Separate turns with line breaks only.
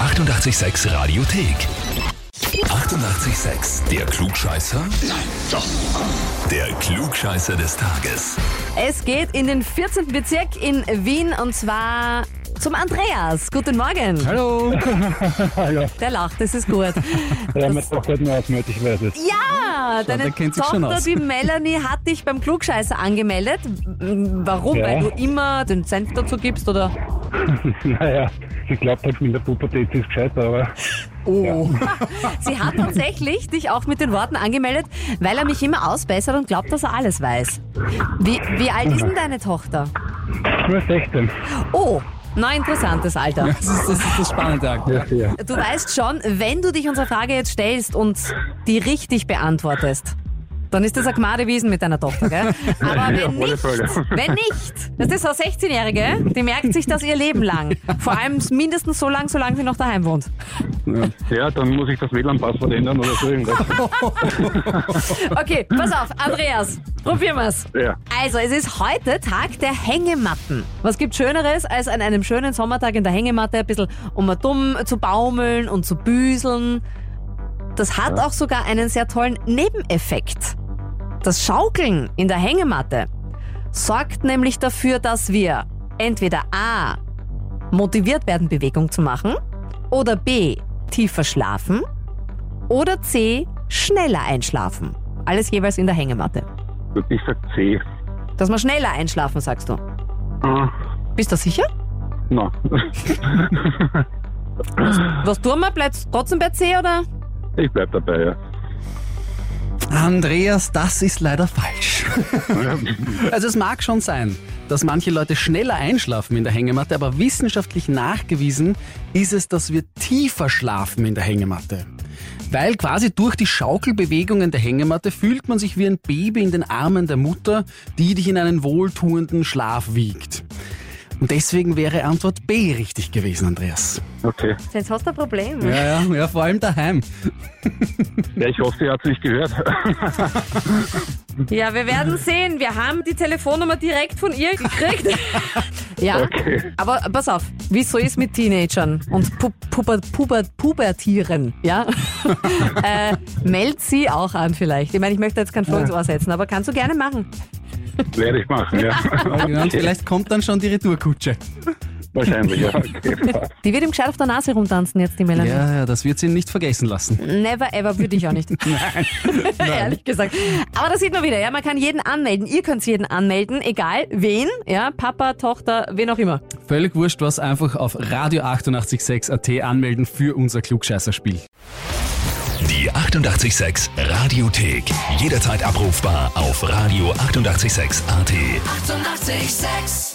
886 Radiothek. 88,6. Der Klugscheißer? Nein, doch. Der Klugscheißer des Tages.
Es geht in den 14. Bezirk in Wien und zwar zum Andreas. Guten Morgen.
Hallo.
Hallo. Der lacht, das ist gut.
Ja, meine Tochter hat mir ausmöglich weiß es.
Ja, deine
der kennt sich schon
Tochter,
aus.
die Melanie, hat dich beim Klugscheißer angemeldet. M- Warum?
Ja.
Weil du immer den Senf dazu gibst oder?
Naja, sie glaubt halt, mit der Pubertät ist gescheit, aber
Oh. Sie hat tatsächlich dich auch mit den Worten angemeldet, weil er mich immer ausbessert und glaubt, dass er alles weiß. Wie, wie alt ist denn deine Tochter?
nur 16.
Oh, na interessantes Alter.
Das ist das, ist das spannende Akte.
Ja, ja.
Du weißt schon, wenn du dich unserer Frage jetzt stellst und die richtig beantwortest, dann ist das ein Gmadewiesen mit deiner Tochter, gell? Aber
Ja,
wenn
auf alle
nicht,
Fälle.
wenn nicht, das ist so eine 16-Jährige, die merkt sich das ihr Leben lang. Vor allem mindestens so lang, solange sie noch daheim wohnt.
ja, dann muss ich das WLAN-Passwort ändern oder so irgendwas.
Okay, pass auf, Andreas, probieren wir's.
Ja.
Also, es ist heute Tag der Hängematten. Was gibt Schöneres, als an einem schönen Sommertag in der Hängematte ein bisschen um und dumm zu baumeln und zu büseln? Das hat auch sogar einen sehr tollen Nebeneffekt. Das Schaukeln in der Hängematte sorgt nämlich dafür, dass wir entweder A. motiviert werden, Bewegung zu machen, oder B. tiefer schlafen, oder C. schneller einschlafen. Alles jeweils in der Hängematte.
Gut, Ich sag C.
Dass wir schneller einschlafen, sagst du.
Ah,
Bist du sicher?
na.
Was tun wir? Bleibst du trotzdem bei C oder?
Ich bleib dabei, ja.
Andreas, das ist leider falsch. Also es mag schon sein, dass manche Leute schneller einschlafen in der Hängematte, aber wissenschaftlich nachgewiesen ist es, dass wir tiefer schlafen in der Hängematte. Weil quasi durch die Schaukelbewegungen der Hängematte fühlt man sich wie ein Baby in den Armen der Mutter, die dich in einen wohltuenden Schlaf wiegt. Und deswegen wäre Antwort B richtig gewesen, Andreas.
Okay.
Jetzt hast du ein Problem.
Ja, ja, ja, vor allem daheim.
Ja, ich hoffe, ihr habt's nicht gehört.
Ja, wir werden sehen. Wir haben die Telefonnummer direkt von ihr gekriegt. ja.
Okay.
Aber pass auf, wie es so ist mit Teenagern und Pu Puber Puber Pubertieren, ja? äh, meld sie auch an vielleicht. Ich meine, ich möchte jetzt keinen Floh ins Ohr setzen, aber kannst du gerne machen.
Werde ich machen, ja.
Genau, Und vielleicht kommt dann schon die Retourkutsche.
Wahrscheinlich, ja. Okay.
Die wird ihm gescheit auf der Nase rumtanzen jetzt, die Melanie.
Ja, ja, das wird sie nicht vergessen lassen.
Never ever würde ich auch nicht. Ehrlich gesagt. Aber das sieht man wieder, ja. Man kann jeden anmelden. Ihr könnt jeden anmelden, egal wen, ja. Papa, Tochter, wen auch immer.
Völlig wurscht, was einfach auf Radio 886 AT anmelden für unser Klugscheißerspiel.
Die 88,6 Radiothek. Jederzeit abrufbar auf radio886.at. 88,6.
Eighty-eight, sex.